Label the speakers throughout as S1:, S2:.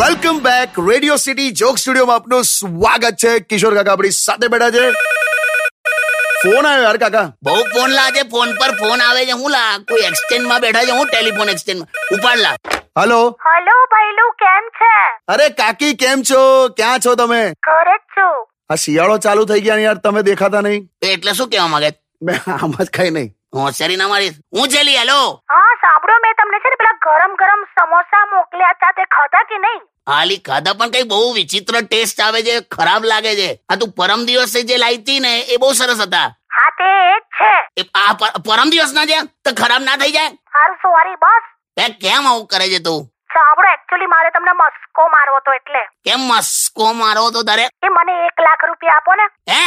S1: Welcome back radio city joke સ્ટુડિયોમાં આપનું સ્વાગત છે કિશોર કાકા આપણી સાથે બેઠા છે ફોન આવ્યો યાર કાકા
S2: બહુ ફોન લાગે ફોન પર ફોન આવે છે હું લા કોઈ એક્સચેન્જ માં બેઠા છે હું ટેલિફોન એક્સચેન્જ માં ઉપાડ લા
S1: હલો
S3: હલો ભાઈલું કેમ છે
S1: અરે કાકી કેમ છો ક્યાં છો તમે
S3: ઘરે જ છું
S1: આ શિયાળો ચાલુ થઈ ગયા ને યાર તમે દેખાતા નહીં
S2: એ એટલે શું કેવા માંગે
S1: મેં આમ જ કઈ નહીં
S2: હોશિયારી ના મારીશ હું છેલી હેલો
S3: હા સાંભળો મેં તમને છે ને પેલા ગરમ ગરમ સમોસા મોકલ્યા હતા તે ખાધા કે નહીં
S2: હાલી ખાધા પણ કઈ બહુ વિચિત્ર ટેસ્ટ આવે છે ખરાબ લાગે છે આ તું પરમ દિવસે જે લાવી હતી ને એ બહુ સરસ હતા
S3: હા તે એ જ છે
S2: એ આ પર- પરમ દિવસ ના જે તો ખરાબ ના થઈ જાય
S3: હારું સોરી બસ
S2: એ કેમ આવું કરે છે તું
S3: સાંભળો એકચ્યુઅલી મારે તમને મસ્કો મારવો હતો એટલે
S2: કેમ મસ્કો મારો તો તારે
S3: એ મને એક લાખ રૂપિયા આપો ને
S2: હે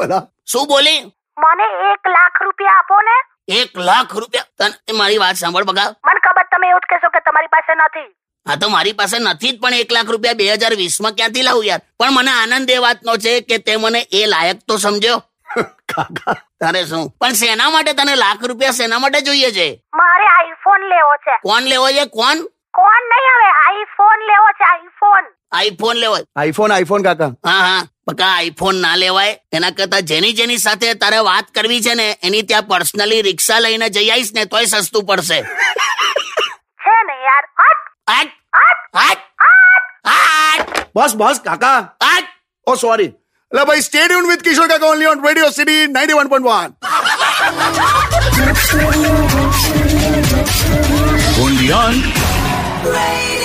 S1: બોલા
S2: શું બોલી
S3: મને એક લાખ રૂપિયા આપો ને
S2: એક લાખ રૂપિયા તને મારી વાત સાંભળ બગા
S3: મને ખબર તમે એવું જ કહેશો કે તમારી પાસે નથી
S2: હા તો મારી પાસે નથી જ પણ એક લાખ રૂપિયા બે હજાર વીસમાં ક્યાંથી લાવું યાર પણ મને આનંદ એ વાતનો છે કે તે મને એ લાયક તો સમજ્યો
S1: કાકા
S2: તારે શું પણ શેના માટે તને લાખ રૂપિયા શેના માટે જોઈએ છે
S3: મારે આઈફોન લેવો છે
S2: કોણ લેવો છે કોણ
S3: કોણ નહીં હવે આઈફોન લેવો છે આઈફોન
S2: આઈફોન લેવો છે.
S1: આઈફોન આઈફોન કાકા
S2: હા હા પકા આઈફોન ના લેવાય એના કરતા જેની જેની સાથે તારે વાત કરવી છે ને એની ત્યાં પર્સનલી રિક્ષા લઈને જઈ આવીશ ને તોય સસ્તું પડશે
S3: છે ને યાર હટ
S2: આટ,
S3: હટ
S2: આટ,
S3: હટ
S2: આટ,
S1: બસ બસ કાકા
S2: આટ.
S1: ઓ સોરી એટલે ભાઈ સ્ટેડિયમ વિથ કિશોર કાકા only on radio city ninety one point one
S4: on.
S5: Radio